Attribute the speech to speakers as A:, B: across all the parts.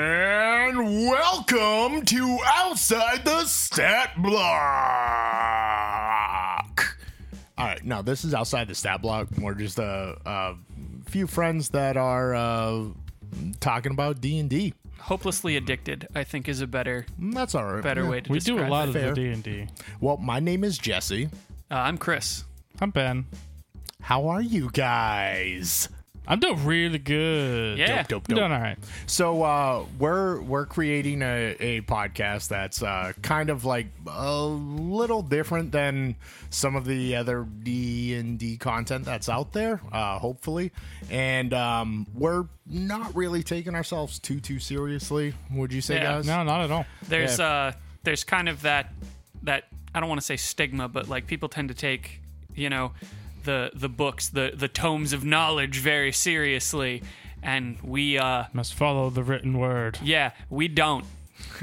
A: And welcome to Outside the Stat Block. All right, no, this is Outside the Stat Block. We're just a, a few friends that are uh, talking about D and D.
B: Hopelessly addicted, I think, is a better
A: That's all right.
B: better way to
C: We do
B: describe
C: a lot
B: it.
C: of the
A: Fair.
C: D and D.
A: Well, my name is Jesse.
B: Uh, I'm Chris.
C: I'm Ben.
A: How are you guys?
C: I'm doing really good.
B: Yeah.
A: Dope, dope,
C: I'm
A: dope.
C: doing all right.
A: So uh, we're we're creating a, a podcast that's uh, kind of like a little different than some of the other D and D content that's out there. Uh, hopefully, and um, we're not really taking ourselves too too seriously. Would you say,
B: Yeah.
A: guys?
C: No, not at all.
B: There's uh, there's kind of that that I don't want to say stigma, but like people tend to take you know the the books, the the tomes of knowledge very seriously, and we uh,
C: Must follow the written word.
B: yeah, we don't.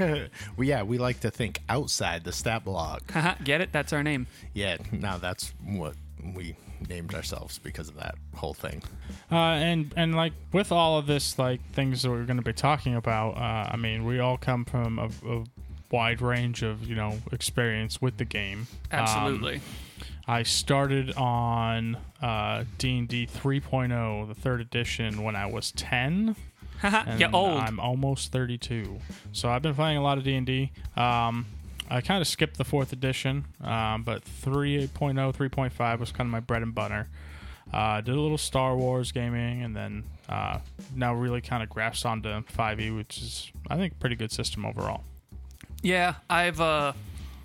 A: Well, yeah, we like to think outside the stat block.
B: Haha, Get it? That's our name.
A: yeah, now that's what we named ourselves because of that whole thing.
C: Uh, and and like with all of this, like things that we're going to be talking about. Uh, I mean, we all come from a, a wide range of you know experience with the game. Um,
B: Absolutely.
C: I started on uh, D and D 3.0, the third edition, when I was 10.
B: Haha,
C: and
B: You're old.
C: I'm almost 32. So I've been playing a lot of D&D. Um, I kind of skipped the fourth edition, um, but oh, 3.0, 3.5 was kind of my bread and butter. Uh, did a little Star Wars gaming, and then uh, now really kind of grasped onto 5e, which is I think a pretty good system overall.
B: Yeah, I've uh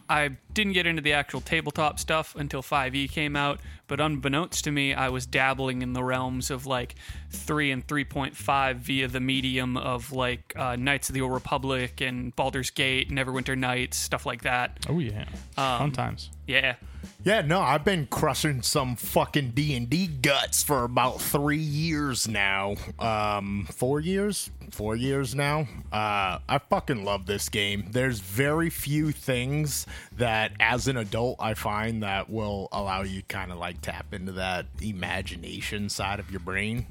B: I didn't get into the actual tabletop stuff until 5e came out, but unbeknownst to me, I was dabbling in the realms of like 3 and 3.5 via the medium of like uh, Knights of the Old Republic and Baldur's Gate, Neverwinter Nights, stuff like that.
C: Oh yeah, fun times.
B: Yeah.
A: Yeah, no, I've been crushing some fucking D and D guts for about three years now. Um, four years, four years now. Uh, I fucking love this game. There's very few things that, as an adult, I find that will allow you kind of like tap into that imagination side of your brain.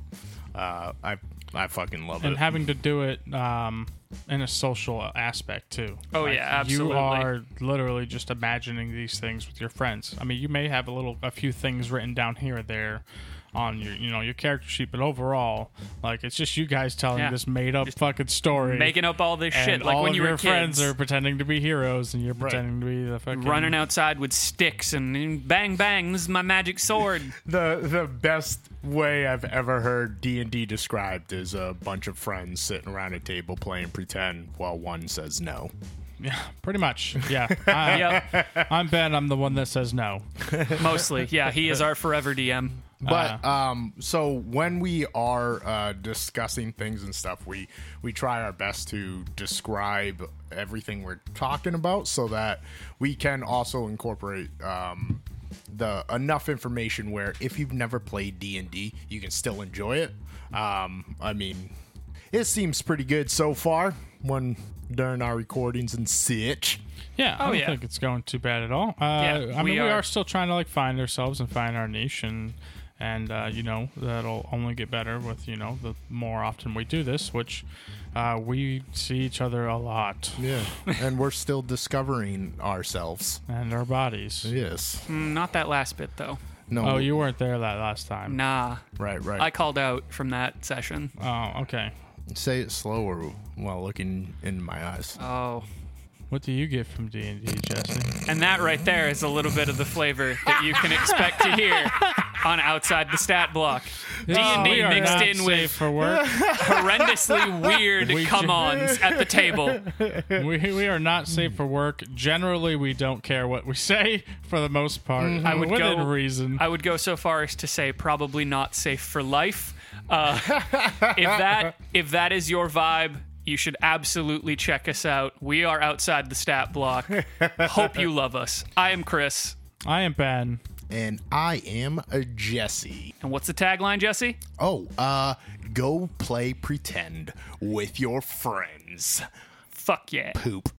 A: Uh, I I fucking love
C: and
A: it.
C: having to do it um, in a social aspect too.
B: Oh, yeah, absolutely.
C: You are literally just imagining these things with your friends. I mean, you may have a little, a few things written down here or there on your, you know, your character sheet, but overall, like it's just you guys telling
B: Yeah.
C: this made up fucking story,
B: Making up all this
C: and
B: shit like
C: all
B: when
C: of
B: you
C: your
B: were
C: friends
B: kids.
C: are pretending to be heroes, and you're pretending to be the fucking
B: running outside with sticks and bang bang, this is my magic sword.
A: the the best way I've ever heard D and D described is a bunch of friends sitting around a table playing pretend while one says no.
C: Yeah, pretty much. Yeah, I,
B: yep,
C: I'm Ben. I'm the one that says no.
B: mostly. Yeah, he is our forever DM.
A: But
C: Uh-huh.
A: um, so when we are uh, discussing things and stuff, we we try our best to describe everything we're talking about so that we can also incorporate um, the enough information where if you've never played D and D, you can still enjoy it. Um, I mean, it seems pretty good so far when during our recordings and such.
C: Yeah, I don't
B: Oh, yeah.
C: think it's going too bad at all. Uh, I
B: Yeah,
C: mean,
B: we
C: we
B: are-
C: are. still trying to like find ourselves and find our niche, and and uh, you know that'll only get better with you know the more often we do this, which uh, we see each other a lot
A: Yeah, and we're still discovering ourselves.
C: and our bodies.
A: Yes.
B: Mm, Not that last bit though.
A: No.
C: Hmm. Oh, you weren't there that last time.
B: Nah.
A: right, right.
B: I called out from that session.
C: Oh, okay.
A: Say it slower while looking in my eyes.
B: Oh.
C: What do you get from D and D, Jesse?
B: And that right there is a little bit of the flavor that you can expect to hear on outside the stat block. D and
C: We
B: D
C: are
B: mixed
C: not
B: in
C: safe
B: with
C: for work.
B: horrendously weird
C: We ju-
B: come-ons at the table.
C: we, we are not safe for work. Generally, we don't care what we say for the most part.
B: Mm-hmm. I would
C: within
B: go-
C: reason.
B: I would go so far as to say probably not safe for life. Uh, if that if that is your vibe, you should absolutely check us out. We are outside the stat block. Hope you love us. I am Chris.
C: I am Ben.
A: And I am a Jesse.
B: And what's the tagline, Jesse?
A: Oh, uh, go play pretend with your friends.
B: Fuck yeah.
A: Poop.